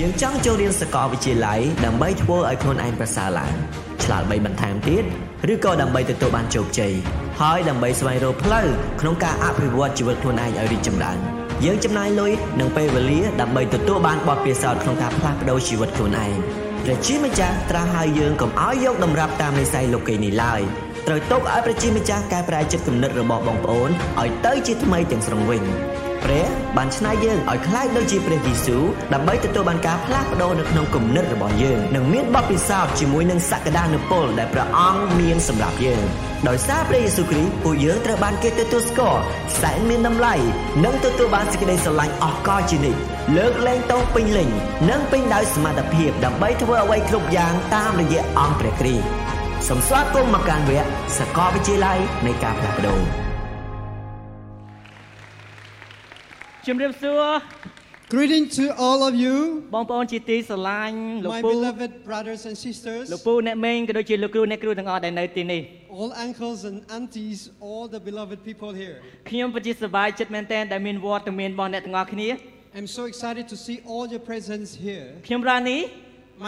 យើងចង់ចូលរៀនសាកលវិទ្យាល័យដើម្បីធ្វើឲ្យខ្លួនឯងប្រសើរឡើងឆ្លាតបីបន្ថែមទៀតឬក៏ដើម្បីទទួលបានជោគជ័យហើយដើម្បីស្វែងរកផ្លូវក្នុងការអភិវឌ្ឍជីវិតខ្លួនឯងឲ្យរីកចម្រើនយើងចំណាយលុយនិងពេលវេលាដើម្បីទទួលបានបទពិសោធន៍ក្នុងការផ្លាស់ប្ដូរជីវិតខ្លួនឯងព្រះជាម្ចាស់ត្រាស់ឲ្យយើងកុំឲ្យយកតម្រាប់តាមនិស័យលោកីយ៍នេះឡើយត្រូវទុកឲ្យព្រះជាម្ចាស់កែប្រែចិត្តគំនិតរបស់បងប្អូនឲ្យទៅជាថ្មីទាំងស្រុងវិញព្រះបានឆ្នៃយើងឲ្យคล้ายដូចជាព្រះយេស៊ូវដើម្បីទទួលបានការផ្លាស់ប្ដូរនៅក្នុងគំនិតរបស់យើងនិងមានបទពិសោធន៍ជាមួយនឹងសក្តានុពលដែលព្រះអង្គមានសម្រាប់យើងដោយសារព្រះយេស៊ូវគ្រីស្ទពួកយើងត្រូវបានគេទទួលស្គាល់សែនមានតម្លៃនិងទទួលបានសេចក្តីស្រឡាញ់អស់កលជានិច្ចលើកលែងទោសពេញលេញនិងពេញដោយសមត្ថភាពដើម្បីធ្វើអ្វីគ្រប់យ៉ាងតាមរយៈអង្គព្រះគ្រីស្ទសូមស្វាគមន៍មកកាន់វគ្គសាកលវិទ្យាល័យនៃការផ្លាស់ប្ដូរ ជំរាបសួរ Greeting to all of you, បងប្អូនជាទីស្រឡាញ់លោក my ពូ beloved brothers and លោក sisters, ពូអ្នកមេងក៏ដូចជាលោកគ្រូអ្នកគ្រូទាំងអស់ដែលនៅទីនេះ all uncles and aunties, all the beloved people here. ខ្ញុំពិតជាសប្បាយចិត្តមែនទែនដែលមានវត្តមានរបស់អ្នកទាំងអស់គ្នា I'm so excited to see all your presence here. ខ្ញុំរ៉ានី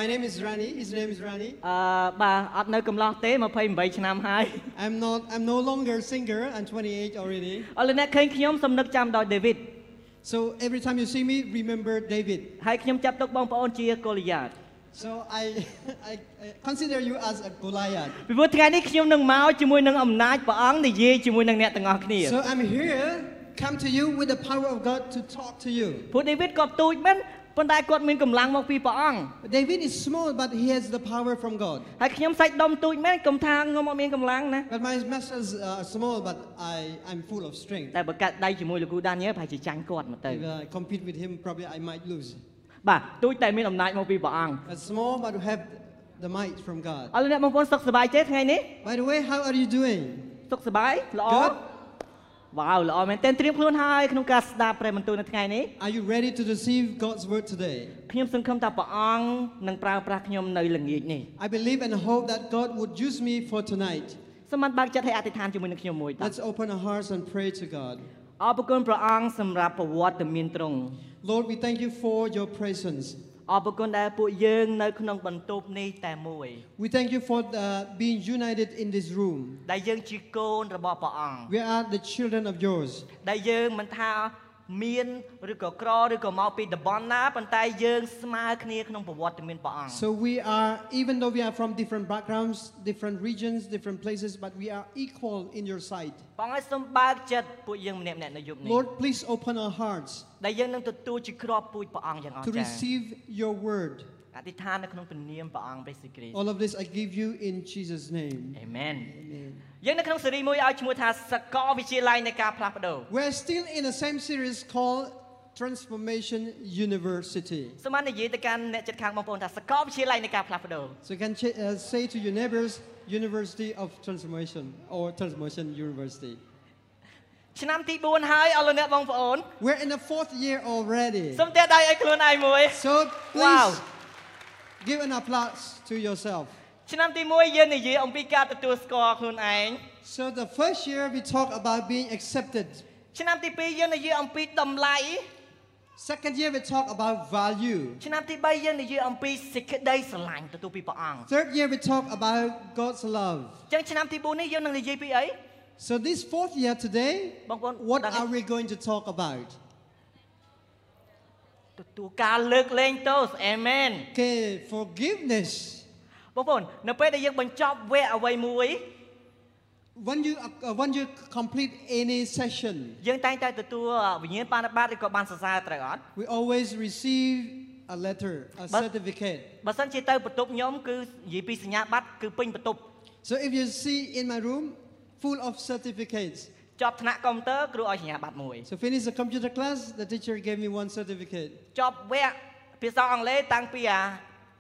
My name is Rani. His name is Rani. អឺបាទអត់នៅកំឡោះទេ28ឆ្នាំហើយ I'm not. I'm no longer single. I'm 28 already. អរលោកអ្នកឃើញខ្ញុំសំនឹកចាំដោយដេវីត So every time you see me, remember David. ហើយខ្ញុំចាប់ទុកបងប្អូនជាកូលីយ៉ាត So I, I, I consider you as a Goliath. ពីព្រោះថ្ងៃនេះខ្ញុំនឹងមកជាមួយនឹងអំណាចព្រះអង្គនិយាយជាមួយនឹងអ្នកទាំងអស់គ្នា So I'm here, come to you with the power of God to talk to you. ព្រោះដេវីតក៏ទូចមែនប៉ុន្តែគាត់មានកម្លាំងមកពីព្រះអង្គ David is small, but he has the power from God. ហើយខ្ញុំសាច់ដុំទូចមែនកុំថាខ្ញុំអត់មានកម្លាំងណា But my muscles are small, but I, I'm full of strength. តែបើកាត់ដៃជាមួយលោកគ្រូដានញ៉ែប្រហែលជាចាញ់គាត់មកទៅ If I compete with him, probably I might lose. បាទទូចតែមានអំណាចមកពីព្រះអង្គ But small, but have the might from God. អរលោកអ្នកបងប្អូនសុខសប្បាយទេថ្ងៃនេះ By the way, how are you doing? សុខសប្បាយល្អ Good. វ៉ាវល្អមែនទែនត្រៀមខ្លួនហើយក្នុងការស្ដាប់ព្រះបន្ទូលនៅថ្ងៃនេះ Are you ready to receive God's word today? ខ្ញុំសង្ឃឹមថាព្រះអង្គនឹងប្រើប្រាស់ខ្ញុំនៅល្ងាចនេះ I believe and hope that God would use me for tonight. សូមបានបើកចិត្តឲ្យអធិដ្ឋានជាមួយនឹងខ្ញុំមួយតើ Let's open our hearts and pray to God. អរគុណព្រះអង្គសម្រាប់ប្រវត្តិមានត្រង់ Lord, we thank you for your presence. អរគុណដែលពួកយើងនៅក្នុងបន្ទប់នេះតែមួយ We thank you for the, being united in this room. ដែលយើងជាកូនរបស់ព្រះអង្គ We are the children of yours. ដែលយើងមិនថាមានឬក៏ក្រឬក៏មកពីតំបន់ណាប៉ុន្តែយើងស្មើគ្នាក្នុងប្រវត្តិមានព្រះអង្គ So we are, even though we are from different backgrounds, different regions, different places, but we are equal in your sight. បងឲ្យសូមបើកចិត្តពួកយើងម្នាក់ម្នាក់ៗនៅយប់នេះ Lord, please open our hearts ដែលយើងនឹងទទួលជាគ្រាប់ពូជព្រះអង្គយ៉ាងអ to ស្ចារ្យ receive your word. អធិដ្ឋាននៅក្នុងព្រះនាមព្រះអង្គព្រះសិគ្រីស្ទ All of this I give you in Jesus' name. អេមែនយើងនៅក្នុងស៊េរីមួយឲ្យឈ្មោះថាសកលវិទ្យាល័យនៃការផ្លាស់ប្ដូរ We're still in the same series called Transformation University. សូមបាននិយាយទៅកាន់អ្នកជិតខាងបងប្អូនថាសកលវិទ្យាល័យនៃការផ្លាស់ប្ដូរ So you can ch- uh, say to your neighbors, University of Transformation or Transformation University. ឆ្នាំទី4ហើយអស់លោកអ្នកបងប្អូន We're in the fourth year already. សូមទះដៃឲ្យខ្លួនឯងមួយ So please Wow. give an applause to yourself. ឆ្នាំទី1យើងនិយាយអំពីការទទួលស្គាល់ខ្លួនឯង So the first year we talk about being accepted. ឆ្នាំទី2យើងនិយាយអំពីតម្លៃ Second year we talk about value. ឆ្នាំទី3យើងនិយាយអំពីសេចក្តីស្រឡាញ់ទទួលពីព្រះអង្គ Third year we talk about God's love. អញ្ចឹងឆ្នាំទី4នេះយើងនឹងនិយាយពីអី So this fourth year today, បងប្អូន what ដឹងទេ are we going to talk about? ទទួលការលើកលែងទោសអេមែន Okay, forgiveness. បងប្អូននៅពេលដែលយើងបញ្ចប់វគ្គអ្វីមួយ When you uh, when you complete any session, យើងតែងតែទទួលវិញ្ញាណបានបត្តិឬក៏បានសរសើរត្រូវអត់ we always receive a letter, a But- certificate. បើសិនជាទៅបន្ទប់ខ្ញុំគឺនិយាយពីសញ្ញាបត្រគឺពេញបន្ទប់ So if you see in my room, full of certificates. ចប់ថ្នាក់កុំព្យូទ័រគ្រូឲ្យសញ្ញាបត្រមួយ So finish the computer class, the teacher gave me one certificate. ចប់វគ្គភាសាអង់គ្លេសតាំងពីអា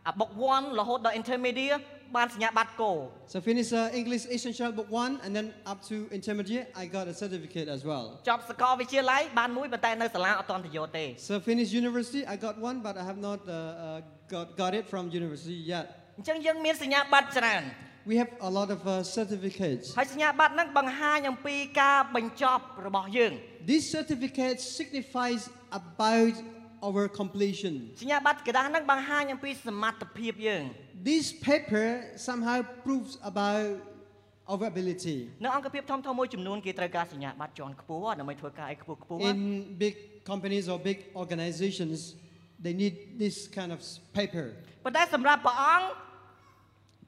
អាបុក1រហូតដល់ intermediate បានសញ្ញាបត្រគោ So finish uh, English Essential Book 1 and then up to Intermediate, I got a certificate as well. ចប់សាកលវិទ្យាល័យបានមួយប៉ុន្តែនៅសាលាអត់ទាន់ទៅយកទេ So finish University, I got one, but I have not uh, uh, got, got it from University yet. អញ្ចឹងយើងមានសញ្ញាបត្រច្រើន We have a lot of uh, certificates. ហើយសញ្ញាបត្រហ្នឹងបង្ហាញអំពីការបញ្ចប់របស់យើង These certificates signifies about our completion. សញ្ញាបត្រกระดาษហ្នឹងបង្ហាញអំពីសមត្ថភាពយើង This paper somehow proves about our ability នៅអង្គភាពធំៗមួយចំនួនគេត្រូវការសញ្ញាបត្រជាន់ខ្ពស់ដើម្បីធ្វើការឲ្យខ្ពស់ខ្ពស់ in big companies or big organizations. They need this kind of s- paper. ប៉ុន្តែសម្រាប់ព្រះអង្គ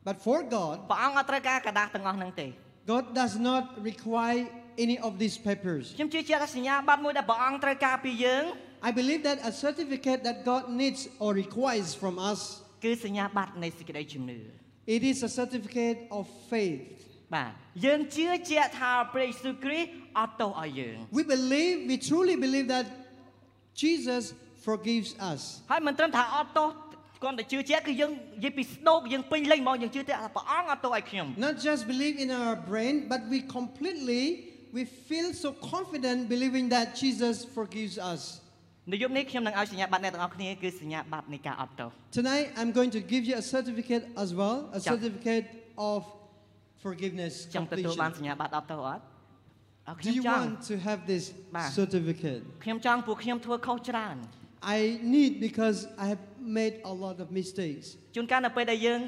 But for God, ព្រះអង្គអត់ត្រូវការกระดาษទាំងអស់ហ្នឹងទេ God does not require any of these papers. ខ្ញុំជឿជាក់ថាសញ្ញាបត្រមួយដែលព្រះអង្គត្រូវការពីយើង I believe that a certificate that God needs or requires from us, គឺសញ្ញាបត្រនៃសេចក្តីជំនឿ it is a certificate of faith. បាទយើងជឿជាក់ថាព្រះយេស៊ូវគ្រីស្ទអត់ទោសឲ្យយើង We believe, we truly believe that Jesus forgives us. ហើយមិនត្រឹមថាអត់ទោសគ្រាន់តែជឿជាក់គឺយើងនិយាយពីស្ដោកយើងពេញលេញហ្មងយើងជឿតែថាព្រះអង្គអត់ទោសឲ្យខ្ញុំ Not just believe in our brain, but we completely, we feel so confident believing that Jesus forgives us. នៅយប់នេះខ្ញុំនឹងឲ្យសញ្ញាបត្រអ្នកទាំងអស់គ្នាគឺសញ្ញាបត្រនៃការអត់ទោស Tonight, I'm going to give you a certificate as well, a Chào. certificate of forgiveness ចង់ទទួលបាន completion. សញ្ញាបត្រអត់ទោសអត់អរ Do ខ្ញុំ you ចង់ want to have this Ba. certificate? ខ្ញុំចង់ពួកខ្ញុំធ្វើខុសច្រើន I need because I have made a lot of mistakes. ជួនកាលនៅពេលដែលយើង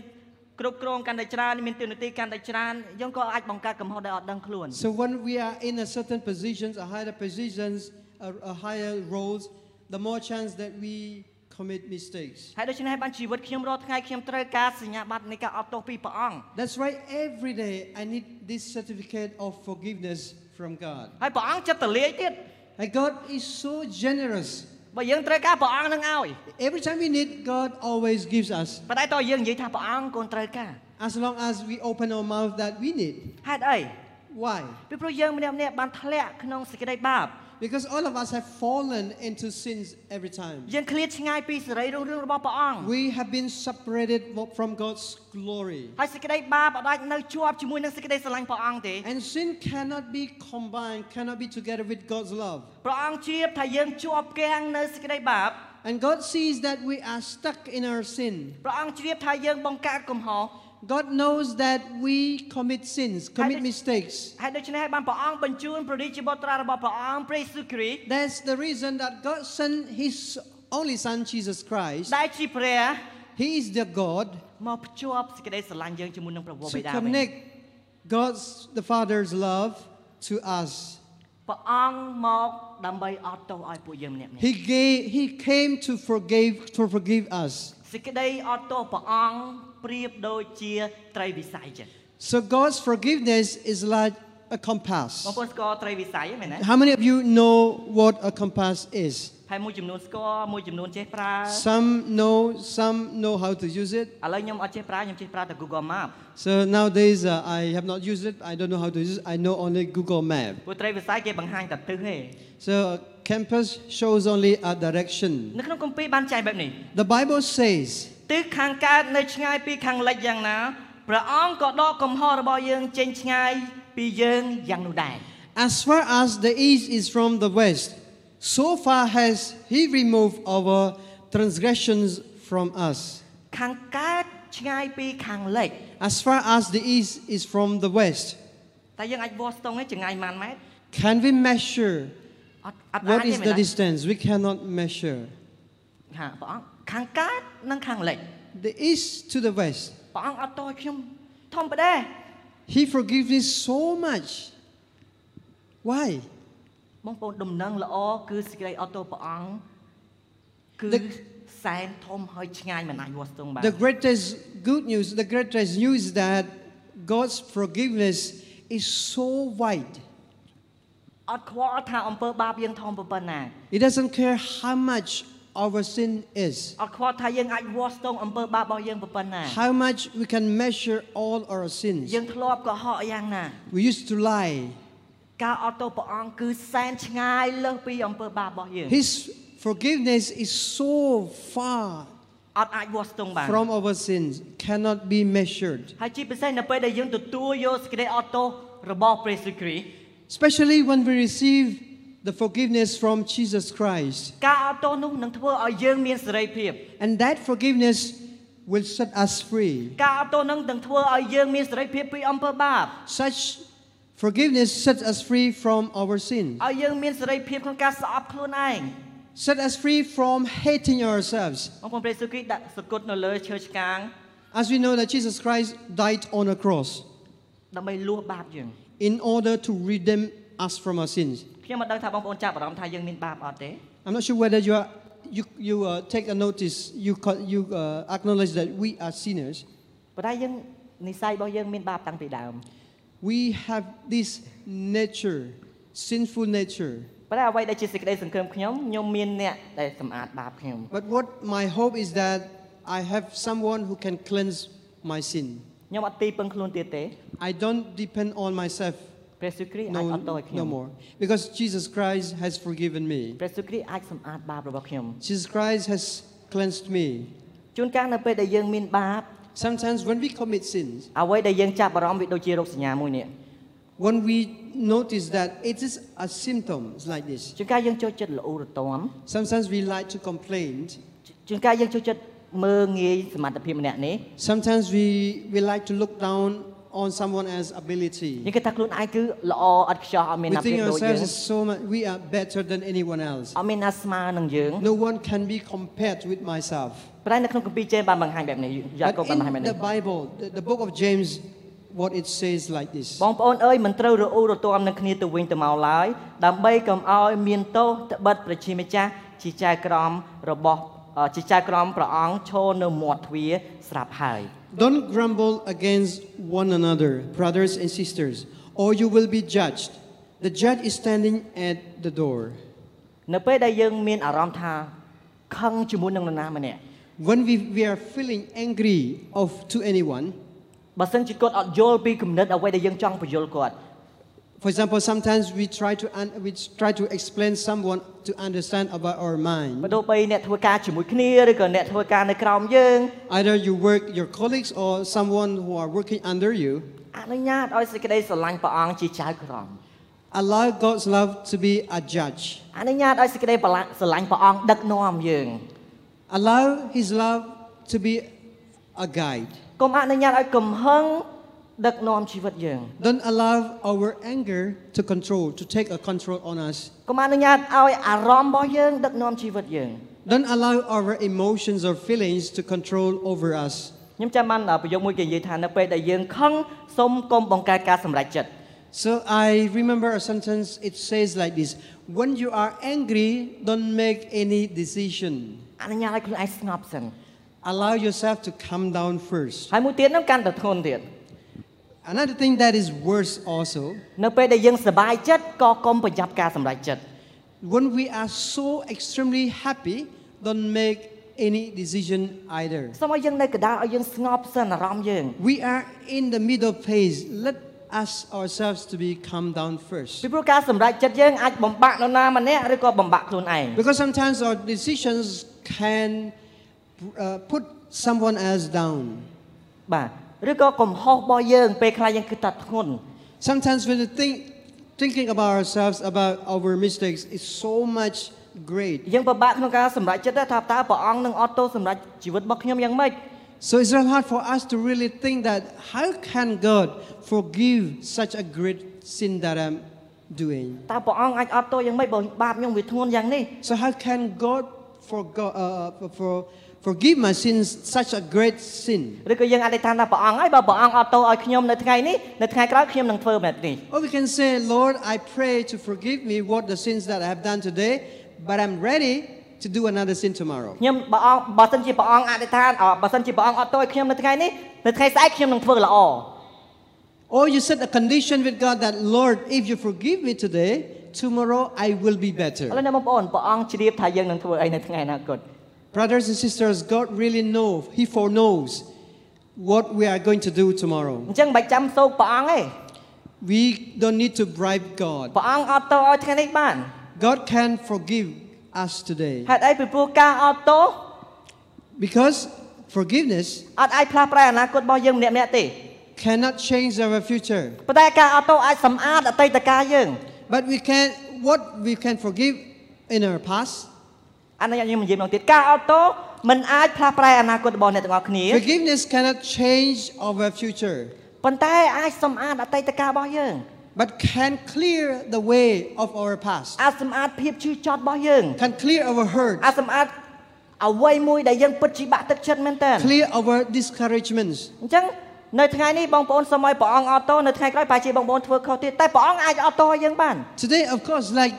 គ្រប់គ្រងកាន់តែច្រើនមានទូនាទីកាន់តែច្រើនយើងក៏អាចបង្កើតកំហុសដែលអត់ដឹងខ្លួន So when we are in a certain positions, a higher positions, a, a higher roles, the more chance that we commit mistakes. ហើយដូច្នេះហើយបានជីវិតខ្ញុំរាល់ថ្ងៃខ្ញុំត្រូវការសញ្ញាបត្រនៃការអត់ទោសពីព្រះអង្គ That's why every day I need this certificate of forgiveness from God. ហើយព្រះអង្គចិត្តតលាយទៀត And God is so generous. បើយើងត្រូវការព្រះអង្គនឹងឲ្យ Every time we need, God always gives us. ប៉ុន្តែតើយើងនិយាយថាព្រះអង្គកូនត្រូវការ As long as we open our mouth that we need. ហេតុអី Why? ពីព្រោះយើងម្នាក់ៗបានធ្លាក់ក្នុងសេចក្តីបាប Because all of us have fallen into sins every time. យើងឃ្លាតឆ្ងាយពីសេរីរុងរឿងរបស់ព្រះអង្គ We have been separated from God's glory. ហើយសេចក្តីបាបអត់អាចនៅជាប់ជាមួយនឹងសេចក្តីស្រឡាញ់ព្រះអង្គទេ And sin cannot be combined, cannot be together with God's love. ព្រះអង្គជ្រាបថាយើងជាប់គាំងនៅសេចក្តីបាប And God sees that we are stuck in our sin. ព្រះអង្គជ្រាបថាយើងបង្កើតកំហុស God knows that we commit sins, commit did- mistakes. ហើយដូច្នេះហើយបានព្រះអង្គបញ្ជូនព្រះរាជបុត្រារបស់ព្រះអង្គព្រះយេស៊ូវគ្រីស្ទ That's the reason that God sent His only Son, Jesus Christ. ដែលជាព្រះ He is the God មកភ្ជាប់សេចក្តីស្រឡាញ់យើងជាមួយនឹងព្រះវរបិ to តាវិញ connect God's, the Father's love to us. ព្រះអង្គមកដើម្បីអត់ទោសឲ្យពួកយើងម្នាក់ៗ He, gave, he came to forgive, to forgive us. សេចក្តីអត់ទោសព្រះអង្គប្រៀបដូចជាត្រីវិស័យចឹង So God's forgiveness is like a compass. បងប្អូនស្គាល់ត្រីវិស័យហ្នឹងមែនទេ How many of you know what a compass is? ហើយមួយចំនួនស្គាល់មួយចំនួនចេះប្រើ Some know, some know how to use it. ឥឡូវខ្ញុំអត់ចេះប្រើខ្ញុំចេះប្រើតែ Google Map So nowadays uh, I have not used it. I don't know how to use it. I know only Google Map. ព្រោះត្រីវិស័យគេបង្ហាញតែទិសទេ So a compass shows only a direction. នៅក្នុងគម្ពីរបានចែងបែបនេះ The Bible says ទិសខាងកើតនៅឆ្ងាយពីខាងលិចយ៉ាងណាព្រះអង្គក៏ដកកំហុសរបស់យើងចេញឆ្ងាយពីយើងយ៉ាងនោះដែរ As far as the east is from the west, so far has he removed our transgressions from us. ខាងកើតឆ្ងាយពីខាងលិច As far as the east is from the west, តែយើងអាចវាស់ស្ទង់ឯងចម្ងាយប៉ុន្មានម៉ែត្រ can we measure អត់អត់អាច what ទេ is មែ the នទេ distance? We cannot measure. ហាព្រះអង្គខាងកើតនិងខាងលិច The east to the west, ព្រះអង្គអត់តោះឲ្យខ្ញុំធំប្រដែរ he forgives me so much. Why? បងប្អូនដំណឹងល្អគឺសេចក្តីអត់តោះព្រះអង្គគឺ The- សែនធំហើយឆ្ងាយមិនអាចវាស់ស្ទង់បាន The greatest good news, the greatest news is that God's forgiveness is so wide. អត់ខ្វល់ថាអំពើបាបយើងធំប៉ុណ្ណា It doesn't care how much our sin is. អត់ខ្វល់ថាយើងអាចវាស់ស្ទង់អំពើបាបរបស់យើងប៉ុណ្ណា how much we can measure all our sins. យើងធ្លាប់កុហកយ៉ាងណា We used to lie. ការអត់ទោសព្រះអង្គគឺសែនឆ្ងាយលើសពីអំពើបាបរបស់យើង His forgiveness is so far អត់អាចវាស់ស្ទង់បាន from our sins, cannot be measured. ហើយជាពិសេសនៅពេលដែលយើងទទួលយកសេចក្តីអត់ទោសរបស់ព្រះយេស៊ូវគ្រីស្ទ Especially when we receive the forgiveness from Jesus Christ. ការអត់ទោសនោះនឹងធ្វើឲ្យយើងមានសេរីភាព And that forgiveness will set us free. ការអត់ទោសនឹងនឹងធ្វើឲ្យយើងមានសេរីភាពពីអំពើបាប Such forgiveness sets us free from our sins. ឲ្យយើងមានសេរីភាពក្នុងការស្អប់ខ្លួនឯង set us free from hating ourselves. បងប្អូនព្រះយេស៊ូវគ្រីស្ទដាក់សគុតនៅលើឈើឆ្កាង As we know that Jesus Christ died on a cross ដើម្បីលួសបាបយើង in order to redeem us from our sins. ខ្ញុំមិនដឹងថាបងប្អូនចាប់អារម្មណ៍ថាយើងមានបាបអត់ទេ I'm not sure whether you are, you, you uh, take a notice, you, co- you uh, acknowledge that we are sinners. ប៉ុន្តែយើងនិស័យរបស់យើងមានបាបតាំងពីដើម We have this nature, sinful nature. ប៉ុន្តែអ្វីដែលជាសេចក្តីសង្ឃឹមខ្ញុំខ្ញុំមានអ្នកដែលសម្អាតបាបខ្ញុំ But what my hope is that I have someone who can cleanse my sin. ខ្ញុំអត់ទីពឹងខ្លួនទៀតទេ I don't depend on myself ព្រះយេស៊ូវគ្រីស្ទអាច no, អត់ទោសឲ្យខ្ញុំ no more. Because Jesus Christ has forgiven me. ព្រះយេស៊ូវគ្រីស្ទអាចសម្អាតបាបរបស់ខ្ញុំ Jesus Christ has cleansed me. ជួនកាលនៅពេលដែលយើងមានបាប Sometimes when we commit sins, អ្វីដែលយើងចាប់អារម្មណ៍វាដូចជារោគសញ្ញាមួយនេះ when we notice that it is a symptom it's like this, ជួនកាលយើងចូលចិត្តល្អូរទាំ sometimes we like to complain, ជួនកាលយើងចូលចិត្តមើងងាយសមត្ថភាពម្នាក់នេះ sometimes we, we like to look down on someone else's ability. យើងគិតថាខ្លួនឯងគឺល្អអត់ខ្ជោះអត់មាន We ណាប្រៀប think ដូចយើង ourselves is so much, we are better than anyone else. អត់មានណាស្មើនឹងយើង No one can be compared with myself. ប៉ុន្តែនៅក្នុងគម្ពីរចេនបានបង្ហាញបែបនេះយ៉ាកុប But បានបង្ហាញបែប in នេះ the Bible, the, the book of James, what it says like this. បងប្អូនអើយមិនត្រូវរអ៊ូរទាំនឹងគ្នាទៅវិញទៅមកឡើយដើម្បីកុំឲ្យមានទោសត្បិតប្រជាម្ចាស់ជាចៅក្រមរបស់អឺជាចៅក្រមព្រះអង្គឈរនៅមាត់ទ្វារស្រាប់ហើយ Don't grumble against one another, brothers and sisters, or you will be judged. The judge is standing at the door. នៅពេលដែលយើងមានអារម្មណ៍ថាខឹងជាមួយនឹងនរណាម្នាក់ When we, we are feeling angry of to anyone, បើសិនជាគាត់អត់យល់ពីគំនិតអ្វីដែលយើងចង់បញ្យល់គាត់ for example, sometimes we try to un, we try to explain someone to understand about our បើ mind. ទោះបីអ្នកធ្វើការជាមួយគ្នាឬក៏អ្នកធ្វើការនៅក្រោមយើង Either you work your colleagues or someone who are working under you. អនុញ្ញាតឲ្យសេចក្តីស្រឡាញ់ព្រះអង្គជាចៅក្រម Allow God's love to be a judge. អនុញ្ញាតឲ្យសេចក្តីប្រឡាក់ស្រឡាញ់ព្រះអង្គដឹកនាំយើង Allow His love to be a guide. កុំអនុញ្ញាតឲ្យកំហឹងដឹកនាំជីវិតយើង Don't allow our anger to control, to take a control on us. កុំអនុញ្ញាតឲ្យអារម្មណ៍របស់យើងដឹកនាំជីវិតយើង Don't allow our emotions or feelings to control over us. ខ្ញុំចាំបានប្រយោគមួយគេនិយាយថានៅពេលដែលយើងខឹងសូមកុំបង្កើតការសម្រេចចិត្ត So I remember a sentence, it says like this When you are angry, don't make any decision. អនុញ្ញាតឲ្យខ្លួនឯងស្ងប់សិន Allow yourself to calm down first. ហើយមួយទៀតហ្នឹងកាន់តែធ្ងន់ទៀត Another thing that is worse also, នៅពេលដែលយើងសប្បាយចិត្តក៏កុំប្រយ័ត្នការសម្រេចចិត្ត when we are so extremely happy, don't make any decision either. សូមឲ្យយើងនៅកណ្ដាលឲ្យយើងស្ងប់សិនអារម្មណ៍យើង We are in the middle phase. Let us ourselves to be calm down ពី first. ព្រោះការសម្រេចចិត្តយើងអាចបំបាក់នរណាម្នាក់ឬក៏បំបាក់ខ្លួនឯង Because sometimes our decisions can uh, put someone else down. បាទឬក៏កំហុសរបស់យើងពេលខ្លះយើងគិតថាធ្ងន់ Sometimes when we think, thinking about ourselves, about our mistakes, is so much great. យើងពិបាកក្នុងការសម្រេចចិត្តដែរថាតើព្រះអង្គនឹងអត់ទោសសម្រេចជីវិតរបស់ខ្ញុំយ៉ាងម៉េច So it's very hard for us to really think that how can God forgive such a great sin that I'm doing? តើព្រះអង្គអាចអត់ទោសយ៉ាងម៉េចបើបាបខ្ញុំវាធ្ងន់យ៉ាងនេះ So how can God forgo- uh, for, forgive my sins, such a great sin? ឬក៏យើងអធិដ្ឋានថាព្រះអង្គហើយបើព្រះអង្គអត់ទោសឲ្យខ្ញុំនៅថ្ងៃនេះនៅថ្ងៃក្រោយខ្ញុំនឹងធ្វើបែបនេះ Or we can say, Lord, I pray to forgive me what the sins that I have done today, but I'm ready to do another sin tomorrow. ខ្ញុំបើអង្គបើសិនជាព្រះអង្គអធិដ្ឋានអបើសិនជាព្រះអង្គអត់ទោសឲ្យខ្ញុំនៅថ្ងៃនេះនៅថ្ងៃស្អែកខ្ញុំនឹងធ្វើល្អ Or you set a condition with God that, Lord, if you forgive me today, tomorrow I will be ឥឡូវ better. អ្នកបងប្អូនព្រះអង្គជ្រាបថាយើងនឹងធ្វើអីនៅថ្ងៃអនាគត Brothers and sisters, God really knows, He foreknows what we are going to do អ tomorrow. ញ្ចឹងមិនបាច់ចាំសោកព្រះអង្គទេ We don't need to bribe God. ព្រះអង្គអត់ទោសឲ្យថ្ងៃនេះបាន God can forgive us today ហេតុអីពីព្រោះការអត់ទោស because forgiveness អត់អាចផ្លាស់ប្រែអនាគតរបស់យើងម្នាក់ៗទេ cannot change our future. ប៉ុន្តែការអត់ទោសអាចសម្អាតអតីតកាលយើង But we can what we can forgive in our past, អានេះខ្ញុំនិយាយម្ដងទៀតការអត់ទោសมันអាចផ្លាស់ប្រែអនាគតរបស់អ្នកទាំងអស់គ្នា forgiveness cannot change our future. ប៉ុន្តែអាចសម្អាតអតីតកាលរបស់យើង but can clear the way of our past, អាចសម្អាតភាពឈឺចត់របស់យើង can clear our hurt, អាចសម្អាតអ្វីមួយដែលយើងពិតជាបាក់ទឹកចិត្តមែនតើ clear our discouragements. អញ្ចឹងនៅថ្ងៃនេះបងប្អូនសូមឲ្យព្រះអង្គអត់ទោសនៅថ្ងៃក្រោយប្រហែលជាបងប្អូនធ្វើខុសទៀតតែព្រះអង្គអាចអត់ទោសឲ្យយើងបាន Today, of course, like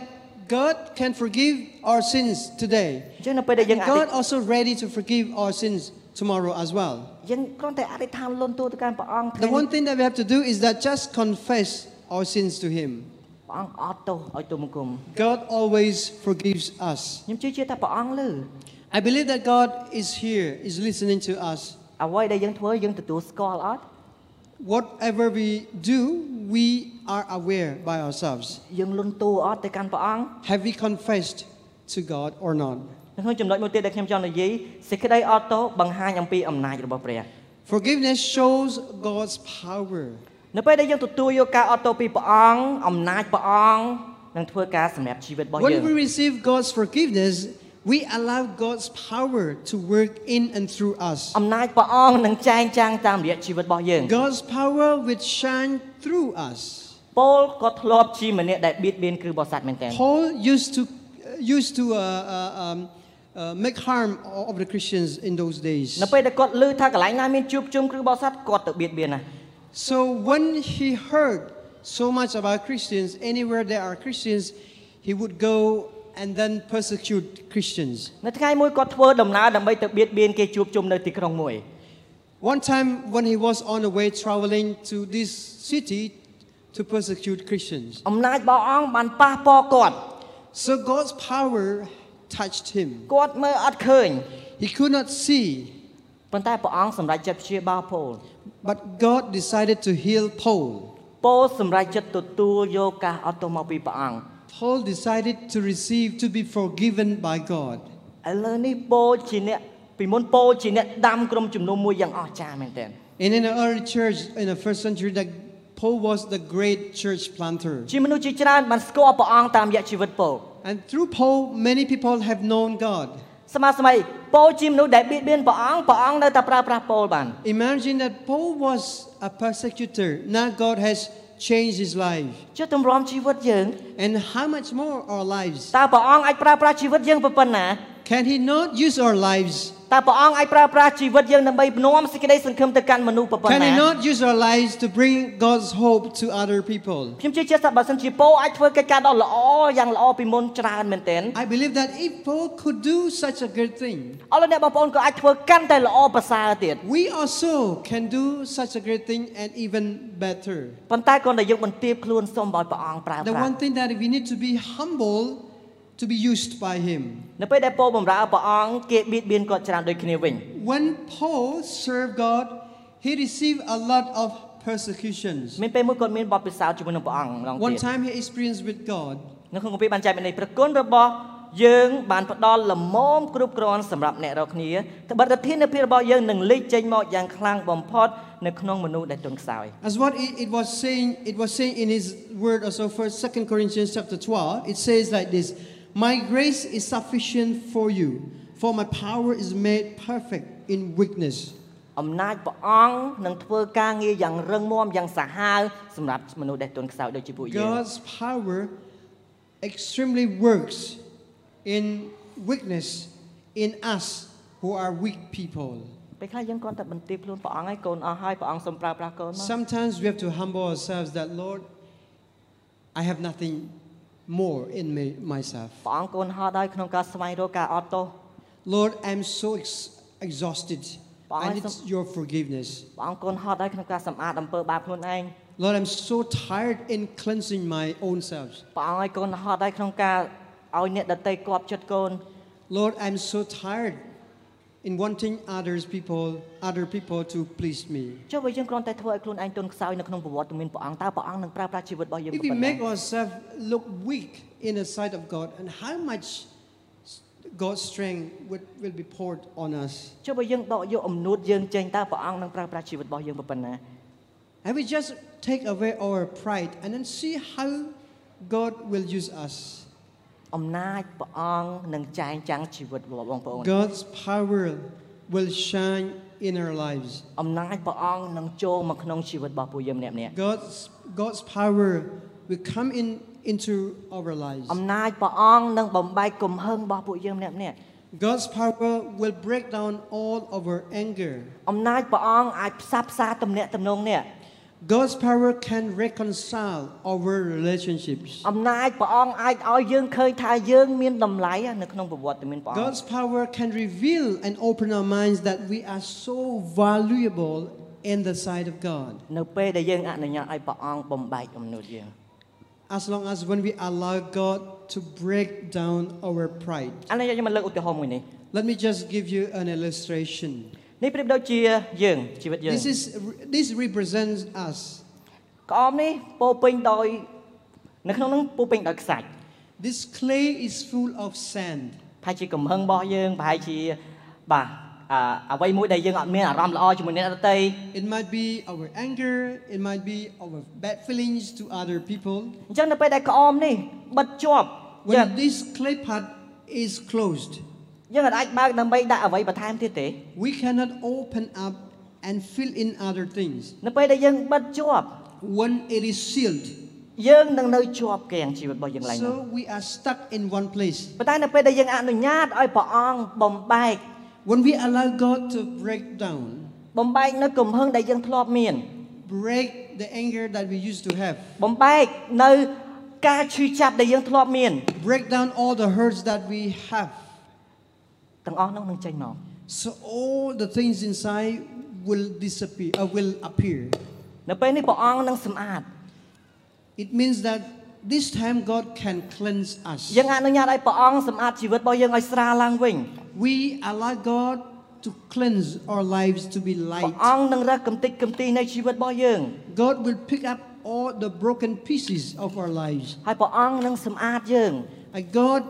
God can forgive our sins today, អញ្ចឹងនៅពេលដែលយើងអធិ God also ready to forgive our sins tomorrow as well. យើងគ្រាន់តែអធិដ្ឋានលន់តួទៅកាន់ព្រះអង្គថ្ងៃ The នេះ one thing that we have to do is that just confess our sins to Him. ព្រះអង្គអត់ទោសឲ្យទុំគុំ God always forgives us. ខ្ញុំជឿជឿថាព្រះអង្គលើ I believe that God is here, is listening to us. អ្វីដែលយើងធ្វើយើងទទួលស្គាល់អត់ Whatever we do, we are aware by ourselves. យើងលន់តួអត់ទៅកាន់ព្រះអង្គ Have we confessed to God or not? នៅក្នុងចំណុចមួយទៀតដែលខ្ញុំចង់និយាយសេចក្តីអត់ទោសបង្ហាញអំពីអំណាចរបស់ព្រះ Forgiveness shows God's power. នៅពេលដែលយើងទទួលយកការអត់ទោសពីព្រះអង្គអំណាចព្រះអង្គនឹងធ្វើការសម្រាប់ជីវិតរបស់យើ When ង we receive God's forgiveness, we allow God's power to work in and through us. អំណាចព្រះអង្គនឹងចែងចាំងតាមរយៈជីវិតរបស់យើង God's power will shine through us. ពលក៏ធ្លាប់ជាម្នាក់ដែលបៀតបៀនគ្រឹះបរិស័ទមែនទែន Paul used to used to uh, uh, um, uh, make harm of the Christians in those days. នៅពេលដែលគាត់ឮថាកន្លែងណាមានជួបជុំគ្រឹះបរិស័ទគាត់ទៅបៀតបៀនណា So when he heard so much about Christians, anywhere there are Christians, he would go and then persecute Christians. នៅថ្ងៃមួយគាត់ធ្វើដំណើរដើម្បីទៅបៀតបៀនគេជួបជុំនៅទីក្រុងមួយ One time when he was on the way traveling to this city to persecute Christians. អំណាចរបស់អង្គបានប៉ះពាល់គាត់ So God's power touched him. គាត់មើលអត់ឃើញ He could not see, ប៉ុន្តែព្រះអង្គសម្រេចចិត្តព្យាបាលពល but God decided to heal Paul. ពលសម្រេចចិត្តទទួលយកការអត់ទោសមកពីព្រះអង្គ Paul decided to receive, to be forgiven by God. ឥឡូវនេះពលជាអ្នកពីមុនពលជាអ្នកដាំក្រុមជំនុំមួយយ៉ាងអស្ចារ្យមែនទែន And in the early church in the first century, that Paul was the great church planter. ជាមនុស្សជាច្រើនបានស្គាល់ព្រះអង្គតាមរយៈជីវិតពល And through Paul, many people have known God. ស្មារតីពលជាមនុស្សដែលបៀតបៀនព្រះអង្គព្រះអង្គនៅតែប្រើប្រាស់ពលបាន Imagine that Paul was a persecutor. Now God has changed his life. ចុះទម្រាំជីវិតយើង And how much more our lives? តើព្រះអង្គអាចប្រើប្រាស់ជីវិតយើងប្រប៉ុណ្ណា Can he not use our lives? តើព្រះអង្គអាចប្រើប្រាស់ជីវិតយើងដើម្បីនាំសេចក្តីសង្ឃឹមទៅកាន់មនុស្សប្រប៉ុ Can ណ្ណា he not use our lives to bring God's hope to other people? ខ្ញុំជឿជាក់ថាបើសិនជាពោអាចធ្វើកិច្ចការដ៏ល្អយ៉ាងល្អពីមុនច្រើនមែនទែន I believe that if Paul could do such a great thing, អស់លោកអ្នកបងប្អូនក៏អាចធ្វើកាន់តែល្អប្រសើរទៀត we also can do such a great thing and even better. ប៉ុន្តែគ្រាន់តែយើងបន្ទាបខ្លួនសូមឲ្យព្រះអង្គប្រើ The ប្រាស់ one thing that we need to be humble to be used by him. នៅពេលដែលពោបម្រើព្រះអង្គគេបៀតបៀនគាត់ច្រើនដូចគ្នាវិញ When Paul served God, he received a lot of persecutions. មានពេលមួយគាត់មានបទពិសោធន៍ជាមួយនឹងព្រះអង្គម្ដង One ទៀត time he experienced with God. នៅក្នុងគម្ពីរបានចែកមានន័យប្រគុណរបស់យើងបានផ្ដល់លមមគ្រប់គ្រាន់សម្រាប់អ្នករាល់គ្នាត្បិតតែធានាភាពរបស់យើងនឹងលេចចេញមកយ៉ាងខ្លាំងបំផុតនៅក្នុងមនុស្សដែលទន់ខ្សោយ As what it, it was saying, it was saying in his word also first Second Corinthians chapter 12, it says like this My grace is sufficient for you, for my power is made perfect in weakness. អំណាចព្រះអង្គនឹងធ្វើការងារយ៉ាងរឹងមាំយ៉ាងសាហាវសម្រាប់មនុស្សដែលទន់ខ្សោយដូចជាពួកយើង God's power extremely works in weakness in us who are weak people. ពេលខ្លះយើងគ្រាន់តែបន្ទាបខ្លួនព្រះអង្គឲ្យកូនអស់ហើយព្រះអង្គសូមប្រើប្រាស់កូនមក Sometimes we have to humble ourselves that, Lord, I have nothing more in me, myself. ព្រះអង្គកូនហត់ហើយក្នុងការស្វែងរកការអត់ទោស Lord, I'm so ex- exhausted. I need Awesome. your forgiveness. ព្រះអង្គកូនហត់ហើយក្នុងការសម្អាតអំពើបាបខ្លួនឯង Lord, I'm so tired in cleansing my own self. ព្រះអង្គឲ្យកូនហត់ហើយក្នុងការឲ្យអ្នកដតីគប់ចិត្តកូន Lord, I'm so tired in wanting others people, other people to please me. ចុះបើយើងគ្រាន់តែធ្វើឲ្យខ្លួនឯងទន់ខ្សោយនៅក្នុងប្រវត្តិមានព្រះអង្គតើព្រះអង្គនឹងប្រើប្រាស់ជីវិតរបស់យើង If ប៉ុ we ណ្ណា make ourselves look weak in the sight of God, and how much God's strength will, will be poured on us? ចុះបើយើងដកយកអំនួតយើងចេញតើព្រះអង្គនឹងប្រើប្រាស់ជីវិតរបស់យើងប៉ុណ្ណា And we just take away our pride and then see how God will use us. អំណាចព្រះអង្គនឹងចែងចាំងជីវិតរបស់បងប្អូន God's power will shine in our lives. អំណាចព្រះអង្គនឹងចូលមកក្នុងជីវិតរបស់ពួកយើងម្នាក់ៗ God's God's power will come in into our lives. អំណាចព្រះអង្គនឹងបំបែកកំហឹងរបស់ពួកយើងម្នាក់ៗ God's power will break down all our anger. អំណាចព្រះអង្គអាចផ្សះផ្សាទំនាក់ទំនងនេះ God's power can reconcile our relationships. អំណាចព្រះអង្គអាចឲ្យយើងឃើញថាយើងមានតម្លៃនៅក្នុងប្រវត្តិមានព្រះអង្គ God's power can reveal and open our minds that we are so valuable in the sight of God. នៅពេលដែលយើងអនុញ្ញាតឲ្យព្រះអង្គបំបែកអំនួតយើង As long as when we allow God to break down our pride. ឥឡូវខ្ញុំមកលើកឧទាហរណ៍មួយនេះ Let me just give you an illustration. នេះប្រៀបដូចជាយើងជីវិតយើង This is this represents us. ក្អមនេះពោរពេញដោយនៅក្នុងហ្នឹងពោរពេញដោយខ្សាច់ This clay is full of sand. ប្រហែលជាកំហឹងរបស់យើងប្រហែលជាបាទអ่าអ្វីមួយដែលយើងអត់មានអារម្មណ៍ល្អជាមួយអ្នកដទៃ It might be our anger, it might be our bad feelings to other people. អញ្ចឹងនៅពេលដែលក្អមនេះបិទជាប់យើ When ង this clay pot is closed, យើងអាចបើកដើម្បីដាក់អ្វីបន្ថែមទៀតទេ we cannot open up and fill in other things. នៅពេលដែលយើងបិទជាប់ When it is sealed, យើងនឹងនៅជាប់កៀងជីវិតរបស់យើងឡើង so we are stuck in one place. ប៉ុន្តែនៅពេលដែលយើងអនុញ្ញាតឲ្យព្រះអង្គបំបែក When we allow God to break down, បំបែកនៅកំហឹងដែលយើងធ្លាប់មាន break the anger that we used to have, បំបែកនៅការឈឺចាប់ដែលយើងធ្លាប់មាន break down all the hurts that we have, ទាំងអស់នោះនឹងចេញមក so all the things inside will disappear, uh, will appear. នៅពេលនេះព្រះអង្គនឹងសម្អាត It means that this time God can cleanse us. យើងអនុញ្ញាតឲ្យព្រះអង្គសម្អាតជីវិតរបស់យើងឲ្យស្រាលឡើងវិញ We allow God to cleanse our lives to be ព្រះ light. អង្គនឹងរើសកំទេចកំទីនៃជីវិតរបស់យើង God will pick up all the broken pieces of our lives. ហើយព្រះអង្គនឹងសម្អាតយើង And God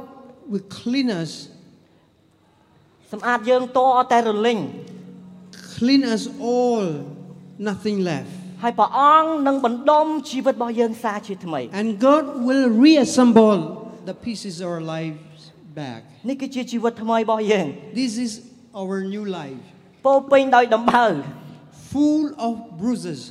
will clean us, សម្អាតយើងតតែរលិញ clean us all, nothing left. ហើយព្រះអង្គនឹងបណ្ដុំជីវិតរបស់យើងសារជាថ្មី And God will reassemble the pieces of our lives back. នេះគឺជាជីវិតថ្មីរបស់យើង This is our new life, ពោរពេញដោយដំបៅ full of bruises.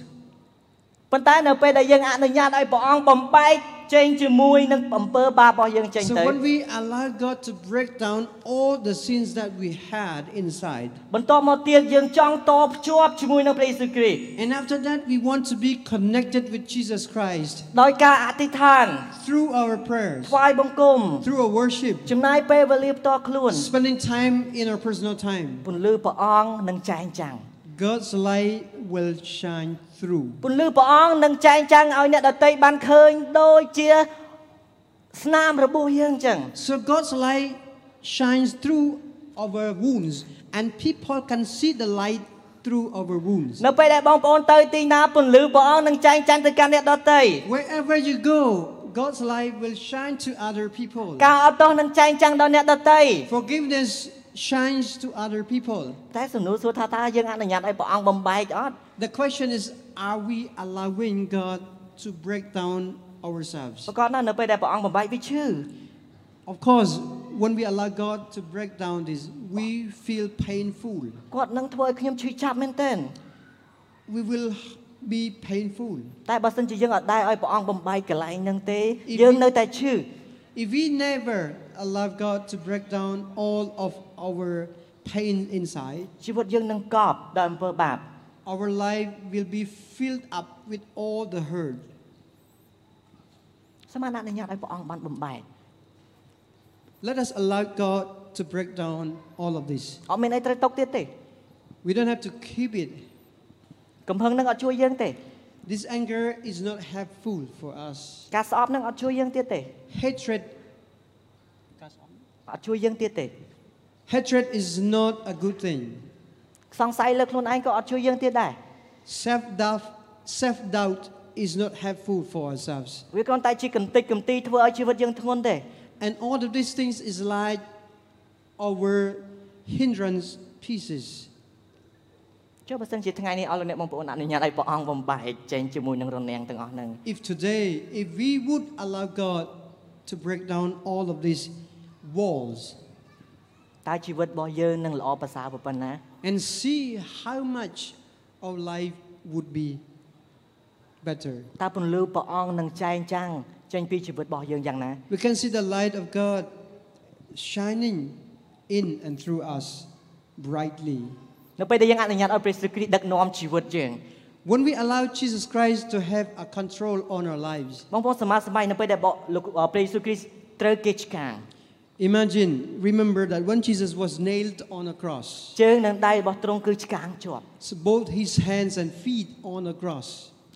ប៉ុន្តែនៅពេលដែលយើងអនុញ្ញាតឲ្យព្រះអង្គបំបែកចេញជាមួយនឹងអំពើបាបរបស់យើងចេញ So ទៅ when we allow God to break down all the sins that we had inside, បន្តមកទៀតយើងចង់តភ្ជាប់ជាមួយនឹងព្រះយេស៊ូវគ្រីស្ទ And after that, we want to be connected with Jesus Christ ដោយការអធិដ្ឋាន through our prayers, ថ្វាយបង្គំ through our worship, ចំណាយពេលវេលាផ្ទាល់ខ្លួន spending time in our personal time. ពន្លឺព្រះអង្គនឹងចែងចាំង God's light will shine through. ពន្លឺព្រះអង្គនឹងចែងចាំងឲ្យអ្នកដតីបានឃើញដូចជាស្នាមរបួសយើងចឹង So God's light shines through our wounds, and people can see the light through our wounds. នៅពេលដែលបងប្អូនទៅទីណាពន្លឺព្រះអង្គនឹងចែងចាំងទៅកាន់អ្នកដតី Wherever you go, God's light will shine to other people. ការអត់ទោសនឹងចែងចាំងដល់អ្នកដតី Forgiveness shines to other people. តែសំណួរសួរថាតើយើងអនុញ្ញាតឲ្យព្រះអង្គបំបែកអត់ The question is, are we allowing God to break down ourselves? ប្រកបណាស់នៅពេលដែលព្រះអង្គបំបែកវាឈឺ Of course, when we allow God to break down this, we feel painful. គាត់នឹងធ្វើឲ្យខ្ញុំឈឺចាប់មែនទែន We will be painful. តែបើសិនជាយើងអត់ដែរឲ្យព្រះអង្គបំបែកកន្លែងហ្នឹងទេ If យើង we- នៅតែឈឺ If we never allow God to break down all of our pain inside, ជីវិតយើងនឹងកប់ដោយអំពើបាប our life will be filled up with all the hurt. សូមអនុញ្ញាតឲ្យព្រះអង្គបានបំបែក Let us allow God to break down all of this. អត់មានអីត្រូវຕົកទៀតទេ We don't have to keep it. កំហឹងនឹងអត់ជួយយើងទេ This anger is not helpful for us. ការស្អប់នឹងអត់ជួយយើងទៀតទេ Hatred អត់ជួយយើងទៀតទេ hatred is not a good thing. សង្ស័យលើខ្លួនឯងក៏អត់ជួយយើងទៀតដែរ Self doubt, self doubt is not helpful for ourselves. វាគ្រាន់តែជាកំតិចកំទីធ្វើឲ្យជីវិតយើងធ្ងន់ទេ And all of these things is like our hindrance pieces. ចុះបើសិនជាថ្ងៃនេះអស់លោកអ្នកបងប្អូនអនុញ្ញាតឲ្យព្រះអង្គបំបែកចេញជាមួយនឹងរនាំងទាំងអស់ហ្នឹង If today, if we would allow God to break down all of these walls តើជីវិតរបស់យើងនឹងល្អប្រសើរប៉ុណ្ណា and see how much our life would be better. តើពន្លឺព្រះអង្គនឹងចែងចាំងចេញពីជីវិតរបស់យើងយ៉ាងណា We can see the light of God shining in and through us brightly. នៅពេលដែលយើងអនុញ្ញាតឲ្យព្រះយេស៊ូវគ្រីស្ទដឹកនាំជីវិតយើង When we allow Jesus Christ to have a control on our lives, បងប្អូនសមាសម័យនៅពេលដែលបងលោកព្រះយេស៊ូវគ្រីស្ទត្រូវគេឆ្កាង imagine, remember that when Jesus was nailed on a cross, ជើងនិងដៃរបស់ទ្រង់គឺឆ្កាងជាប់ so both his hands and feet on a cross.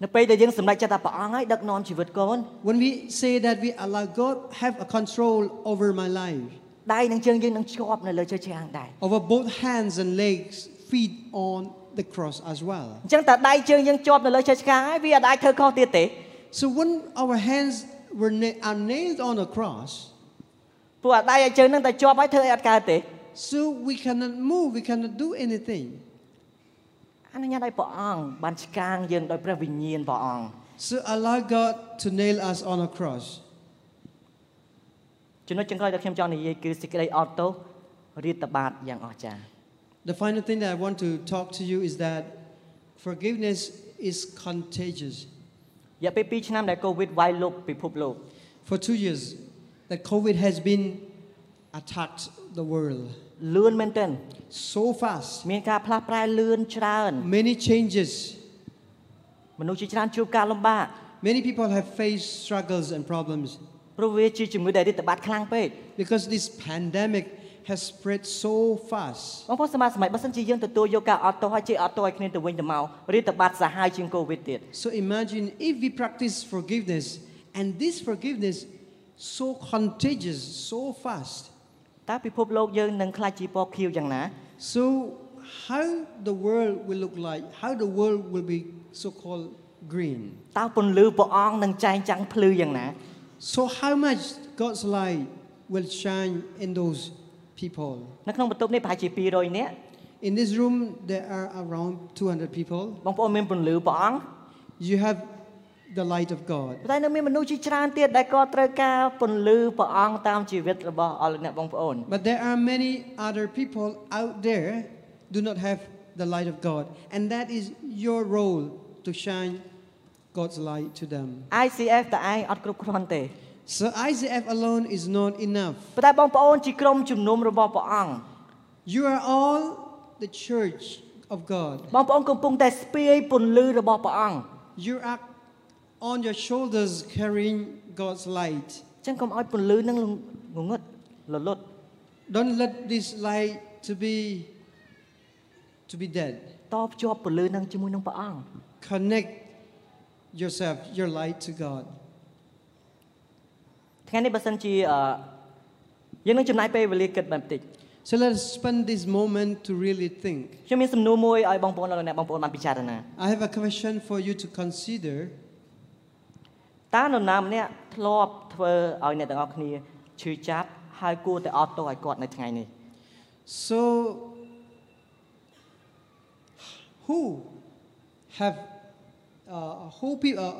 នៅពេលដែលយើងសម្រេចចិត្តថាព្រះអង្គឲ្យដឹកនាំជីវិតកូន When we say that we allow God have a control over my life, ដៃនិងជើងយើងនឹងជាប់នៅលើជើងឆ្កាងដែរ over both hands and legs, feet on the cross as well. អញ្ចឹងតើដៃជើងយើងជាប់នៅលើជើងឆ្កាងហើយវាអាចធ្វើខុសទៀតទេ So when our hands were na- are nailed on a cross, ព្រោះអាដៃឲ្យជើងនឹងតែជាប់ហើយធ្វើអីអត់កើតទេ so we cannot move, we cannot do anything. អនុញ្ញាតឲ្យព្រះអង្គបានឆ្កាងយើងដោយព្រះវិញ្ញាណព្រះអង្គ So allow God to nail us on a cross. ចំណុចចុងក្រោយដែលខ្ញុំចង់និយាយគឺសេចក្តីអត់ទោសរាតត្បាតយ៉ាងអស្ចារ្យ The final thing that I want to talk to you is that forgiveness is contagious. រយៈពេល2ឆ្នាំដែលកូវីដវាយលុកពិភពលោក For two years, that COVID has been attacked the world លឿនមែនទែន so fast. មានការផ្លាស់ប្រែលឿនច្រើន Many changes. មនុស្សជាច្រើនជួបការលំបាក Many people have faced struggles and problems ព្រោះវាជាជំងឺដែលរាតត្បាតខ្លាំងពេក because this pandemic has spread so fast. បងប្អូនសម័យសម័យបើសិនជាយើងទទួលយកការអត់ទោសហើយជាអត់ទោសឲ្យគ្នាទៅវិញទៅមករាតត្បាតសាហាវជាងកូវីដទៀត So imagine if we practice forgiveness and this forgiveness so contagious, so fast. តើពិភពលោកយើងនឹងខ្លាចជាពណ៌ខៀវយ៉ាងណា So how the world will look like, how the world will be so-called green. តើពន្លឺព្រះអង្គនឹងចែងចាំងភ្លឺយ៉ាងណា So how much God's light will shine in those people. នៅក្នុងបន្ទប់នេះប្រហែលជា200នាក់ In this room there are around 200 people. បងប្អូនមានពន្លឺព្រះអង្គ You have the light of God. ប៉ុន្តែនៅមានមនុស្សជាច្រើនទៀតដែលក៏ត្រូវការពន្លឺព្រះអង្គតាមជីវិតរបស់អស់លោកអ្នកបងប្អូន But there are many other people out there do not have the light of God, and that is your role to shine God's light to them. ICF តើឯងអត់គ្រប់គ្រាន់ទេ So ICF alone is not enough. ប៉ុន្តែបងប្អូនជាក្រុមជំនុំរបស់ព្រះអង្គ You are all the church of God. បងប្អូនកំពុងតែស្ពាយពន្លឺរបស់ព្រះអង្គ You are on your shoulders carrying God's light. អញ្ចឹងកុំឲ្យពន្លឺនឹងងងឹតលលត់ Don't let this light to be to be dead. តភ្ជាប់ពន្លឺនឹងជាមួយនឹងព្រះអង្គ Connect yourself, your light to God. ថ្ងៃនេះបើសិនជាអឺយើងនឹងចំណាយពេលវេលាគិតបែបបន្តិច So let us spend this moment to really think. ខ្ញុំមានសំណួរមួយឲ្យបងប្អូនអស់លោកអ្នកបងប្អូនបានពិចារណា I have a question for you to consider. តើនរណាម្នាក់ធ្លាប់ធ្វើឲ្យអ្នកទាំងអស់គ្នាឈឺចាប់ហើយគួរតែអត់ទោសឲ្យគាត់នៅថ្ងៃនេះ So, who have uh, who people? Uh,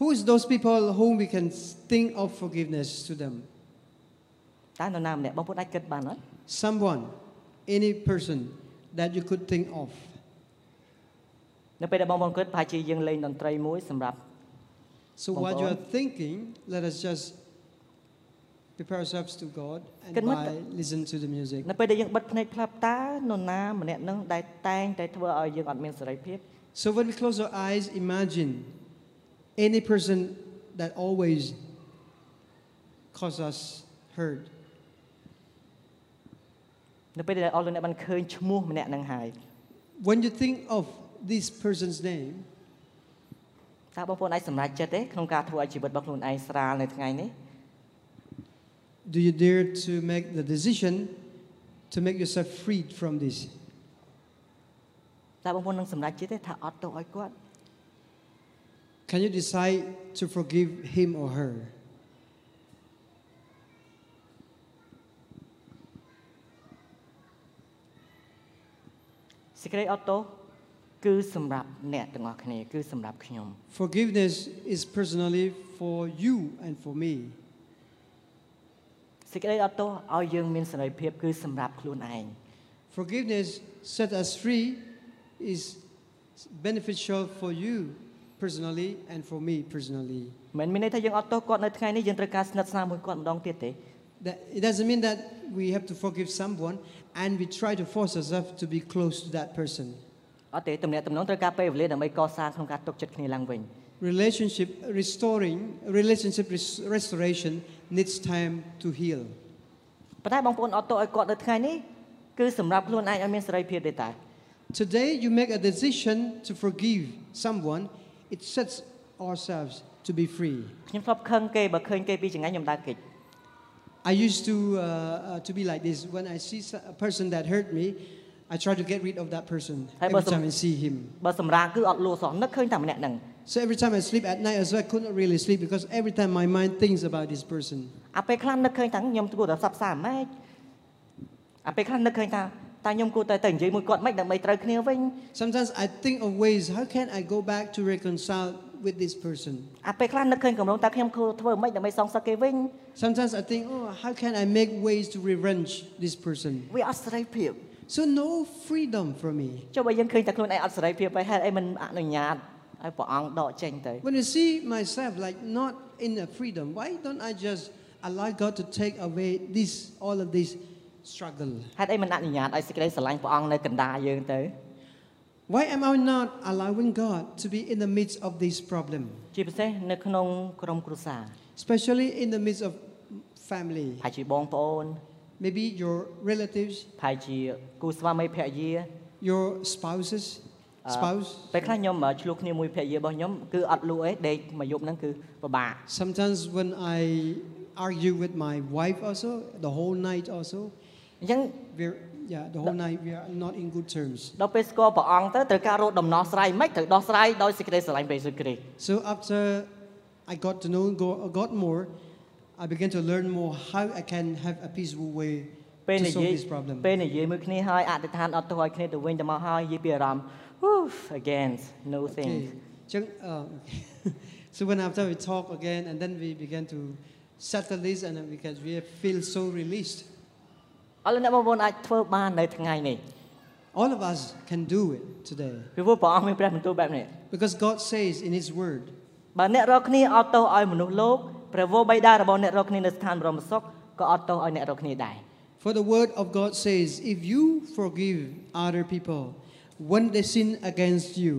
who is those people whom we can think of forgiveness to them? តើនរណាម្នាក់បងប្អូនអាចគិតបានអត់ Someone, any person that you could think of. នៅពេលដែលបងប្អូនគិតប្រហែលជាយើងលេងតន្ត្រីមួយសម្រាប់ So, what you are Someone. thinking, let us just prepare ourselves to God and Can we- by listen to the music. នៅពេលដែលយើងបិទភ្នែកផ្លាប់តើនរណាម្នាក់នឹងដែលតែងតែធ្វើឲ្យយើងអត់មានសេរីភាព So when we close our eyes, imagine any person that always cause us hurt. នៅពេលដែលអស់លោកអ្នកបានឃើញឈ្មោះម្នាក់នឹងហើយ When you think of this person's name, តើបងប្អូនអាចសម្រេចចិត្តទេក្នុងការធ្វើឲ្យជីវិតរបស់ខ្លួនឯងស្រាលនៅថ្ងៃនេះ do you dare to make the decision to make yourself freed from this? តើបងប្អូននឹងសម្រេចចិត្តទេថាអត់ទោសឲ្យគាត់ Can you decide to forgive him or her? សេចក្តីអត់ទោសគឺសម្រាប់អ្នកទាំងអស់គ្នាគឺសម្រាប់ខ្ញុំ Forgiveness is personally for you and for me. សេចក្តីអត់ទោសឲ្យយើងមានសេរីភាពគឺសម្រាប់ខ្លួនឯង Forgiveness set us free is beneficial for you personally and for me personally. មិនមានន័យថាយើងអត់ទោសគាត់នៅថ្ងៃនេះយើងត្រូវការស្និទ្ធស្នាលមួយគាត់ម្ដងទៀតទេ That, it doesn't mean that we have to forgive someone and we try to force ourselves to be close to that person. អត់ទេទំនាក់ទំនងត្រូវការពេលវេលាដើម្បីកសាងក្នុងការទុកចិត្តគ្នាឡើងវិញ Relationship restoring, relationship res- restoration needs time to heal. ប៉ុន្តែបងប្អូនអត់ទោសឲ្យគាត់នៅថ្ងៃនេះគឺសម្រាប់ខ្លួនឯងឲ្យមានសេរីភាពទេតា Today, you make a decision to forgive someone, it sets ourselves to be free. ខ្ញុំធ្លាប់ខឹងគេបើឃើញគេពីចង្អាញខ្ញុំដើរគេច I used to, uh, uh, to be like this. When I see so- a person that hurt me, I try to get rid of that person Hey, every bosom. time I see him. បើសម្រាប់គឺអត់លួសោះនឹកឃើញតែម្នាក់ហ្នឹង So every time I sleep at night as well, I could not really sleep because every time my mind thinks about this person. អាពេលខ្លះនឹកឃើញថាខ្ញុំគួរតែសັບសាម៉េចអាពេលខ្លះនឹកឃើញថាតែខ្ញុំគួរតែទៅនិយាយមួយគាត់ម៉េចដើម្បីត្រូវគ្នាវិញ Sometimes I think of ways, how can I go back to reconcile with this person? អាពេលខ្លះនឹកឃើញកម្រងតែខ្ញុំគួរធ្វើម៉េចដើម្បីសងសឹកគេវិញ Sometimes I think, oh, how can I make ways to revenge this person? វាអត់សេរីភាព So no freedom for me. ចុះបើយើងឃើញតែខ្លួនឯងអត់សេរីភាពហើយហេតុអីមិនអនុញ្ញាតឲ្យព្រះអង្គដកចេញទៅ When I see myself like not in a freedom, why don't I just allow God to take away this, all of this struggle? ហេតុអីមិនអនុញ្ញាតឲ្យសេចក្តីស្រឡាញ់ព្រះអង្គនៅកណ្ដាលយើងទៅ Why am I not allowing God to be in the midst of this problem, ជាពិសេសនៅក្នុងក្រុមគ្រួសារ especially in the midst of family? ប្រហែលជាបងប្អូន Maybe your relatives, ប្រហែលជាគូស្វាមីភរិយា your spouses, spouse. ពេលខ្លះខ្ញុំឆ្លោះគ្នាមួយភរិយារបស់ខ្ញុំគឺអត់លូអីដេកមួយយប់ហ្នឹងគឺពិបាក Sometimes when I argue with my wife also, the whole night also, អញ្ចឹង we're, yeah, the whole night we are not in good terms. ដល់ពេលស្គាល់ព្រះអង្គទៅត្រូវការរកដំណោះស្រាយមិនត្រូវដោះស្រាយដោយសេចក្តីស្រឡាញ់ព្រះយេស៊ូវគ្រីស្ទ So after I got to know Go- God more, I began to learn more how I can have a peaceful way ពេល to និ solve យាយ this problem. ពេលនិយាយមួយគ្នាហើយអធិដ្ឋានអត់ទោសឲ្យគ្នាទៅវិញទៅមកហើយនិយាយពីអារម្មណ៍ Oof again no thing Okay. Chung- uh, so when after we talk again and then we began to settle this and then because we feel so released. អរលោកអ្នកបងប្អូនអាចធ្វើបាននៅថ្ងៃនេះ All of us can do it today ពីព្រោះព្រះអង្គមានព្រះបន្ទូលបែបនេះ because God says in His Word, បើអ្នករកគ្នាអត់ទោសឲ្យមនុស្សលោកព្រះវរបិតារបស់អ្នករកគ្នានៅស្ថានបរមសុខក៏អត់ទោសឲ្យអ្នករកគ្នាដែរ For the word of God says, if you forgive other people when they sin against you,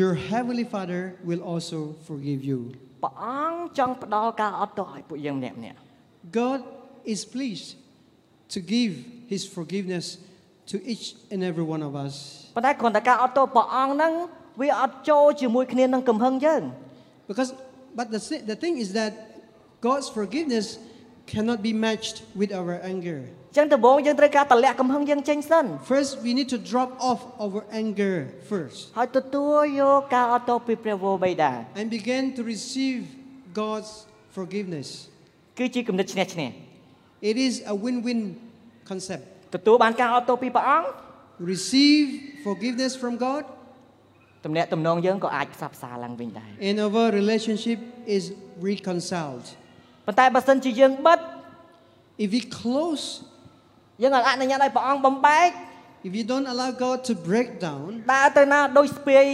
your heavenly Father will also forgive you. ព្រះអង្គចង់ផ្ដល់ការអត់ទោសឲ្យពួកយើងម្នាក់ម្នាក់ God is pleased to give his forgiveness to each and every one of us. ប៉ុន្តែគ្រាន់តែការអត់ទោសព្រះអង្គហ្នឹងវាអត់ចូលជាមួយគ្នានឹងកំហឹងយើង Because but the, thi- the thing is that God's forgiveness cannot be matched with our anger. អញ្ចឹងដំបូងយើងត្រូវការតម្លាក់កំហឹងយើងចេញសិន First, we need to drop off our anger first ហើយទទួលយកការអត់ទោសពីព្រះវរបិតា and begin to receive God's forgiveness. គឺជាគំនិតឈ្នះឈ្នះ It is a win-win concept. ទទួលបានការអត់ទោសពីព្រះអង្គ Receive forgiveness from God, ទំនាក់ទំនងយើងក៏អាចផ្សះផ្សាឡើងវិញដែរ and our relationship is reconciled. ប៉ុន្តែបើសិនជាយើងបិទ If we close, យើងអត់អនុញ្ញាតឲ្យព្រះអង្គបំបែក if you don't allow God to break down, ដើរទៅណាដោយស្ពាយ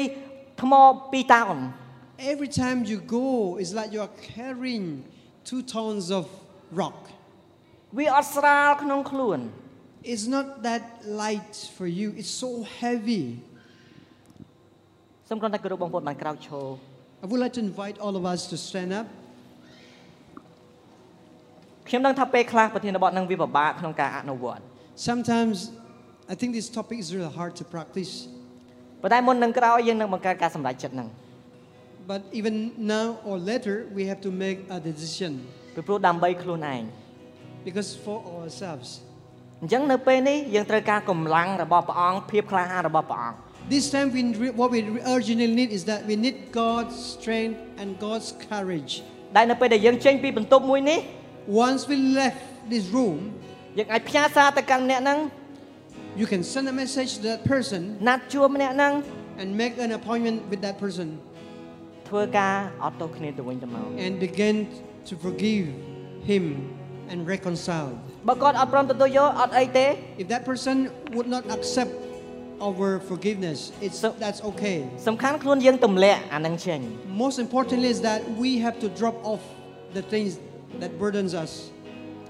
ថ្មពីរតោន every time you go, it's like you are carrying two tons of rock. វាអត់ស្រាលក្នុងខ្លួន It's not that light for you, it's so heavy. សូមគ្រាន់តែគោរពបងប្អូនបានក្រោកឈរ I would like to invite all of us to stand up. ខ្ញុំដឹងថាពេលខ្លះប្រធានបទនឹងវាពិបាកក្នុងការអនុវត្ត Sometimes I think this topic is really hard to practice. ប៉ុន្តែមុននឹងក្រោយយើងនឹងបង្កើតការសម្រេចចិត្តហ្នឹង But even now or later, we have to make a decision ពីព្រោះដើម្បីខ្លួនឯង because for ourselves. អញ្ចឹងនៅពេលនេះយើងត្រូវការកម្លាំងរបស់ព្រះអង្គភាពក្លាហានរបស់ព្រះអង្គ This time, we, re- what we originally need is that we need God's strength and God's courage. ដែលនៅពេលដែលយើងចេញពីបន្ទប់មួយនេះ Once we left this room, យើងអាចផ្ញើសារទៅកាន់ម្នាក់ហ្នឹង you can send a message to that person ណាត់ជួបម្នាក់ហ្នឹង and make an appointment with that person ធ្វើការអត់ទោសគ្នាទៅវិញទៅមក and begin to forgive him and reconcile. បើគាត់អត់ព្រមទទួលយកអត់អីទេ If that person would not accept our forgiveness. It's So- that's okay. សំខាន់ខ្លួនយើងទម្លាក់អានឹងចេញ Most importantly is that we have to drop off the things that burdens us.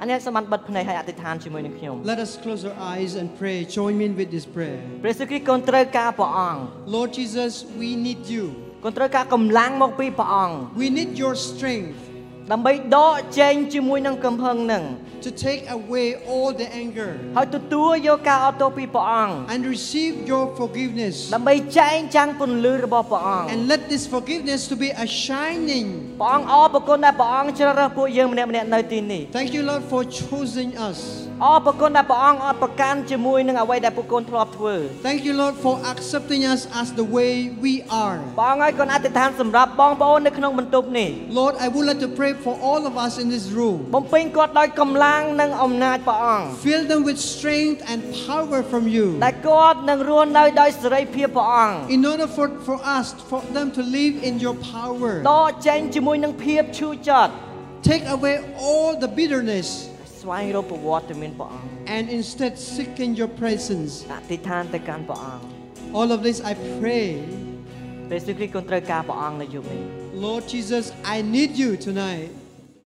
អានេះសូមបានបិទភ្នែកឲ្យអធិដ្ឋានជាមួយនឹងខ្ញុំ Let us close our eyes and pray. Join me with this prayer. ព្រះយេស៊ូវគ្រីស្ទកូនត្រូវការព្រះអង្គ Lord Jesus, we need you. កូនត្រូវការកម្លាំងមកពីព្រះអង្គ We need your strength ដើម្បីដកចែងជាមួយនឹងកំហឹងនឹង to take away all the anger ហើយទទួលយកការអត់ទោសពីព្រះអង្គ and receive your forgiveness. ដើម្បីចែងចាំងពន្លឺរបស់ព្រះអង្គ And let this forgiveness to be a shining. ព្រះអង្គអរប្រគុណដែលព្រះអង្គជ្រើសរើសពួកយើងម្នាក់ៗនៅទីនេះ Thank you, Lord, for choosing us. អរប្រគុណដែលព្រះអង្គអត់ប្រកាន់ជាមួយនឹងអ្វីដែលពួកកូនធ្លាប់ធ្វើ Thank you, Lord, for accepting us as the way we are. ព្រះអង្គឲ្យកូនអធិដ្ឋានសម្រាប់បងប្អូននៅក្នុងបន្ទប់នេះ Lord, I would like to pray for all of us in this room. បំពេញគាត់ដោយកម្លាំងនិងអំណាចព្រះអង្គ Fill them with strength and power from you. ដែលគាត់នឹងរស់នៅដោយសេរីភាពព្រះអង្គ In order for, for us, for them to live in your power, ដកចេញជាមួយនឹងភាពឈឺចាប់ take away all the bitterness ស្វែងរកប្រវត្តិមានព្រះអង្គ and instead seek in your presence. អធិដ្ឋានទៅកាន់ព្រះអង្គ All of this I pray. ព្រះយេស៊ូវគ្រីស្ទគង់ត្រូវការព្រះអង្គនៅយុគនេះ Lord Jesus, I need you tonight.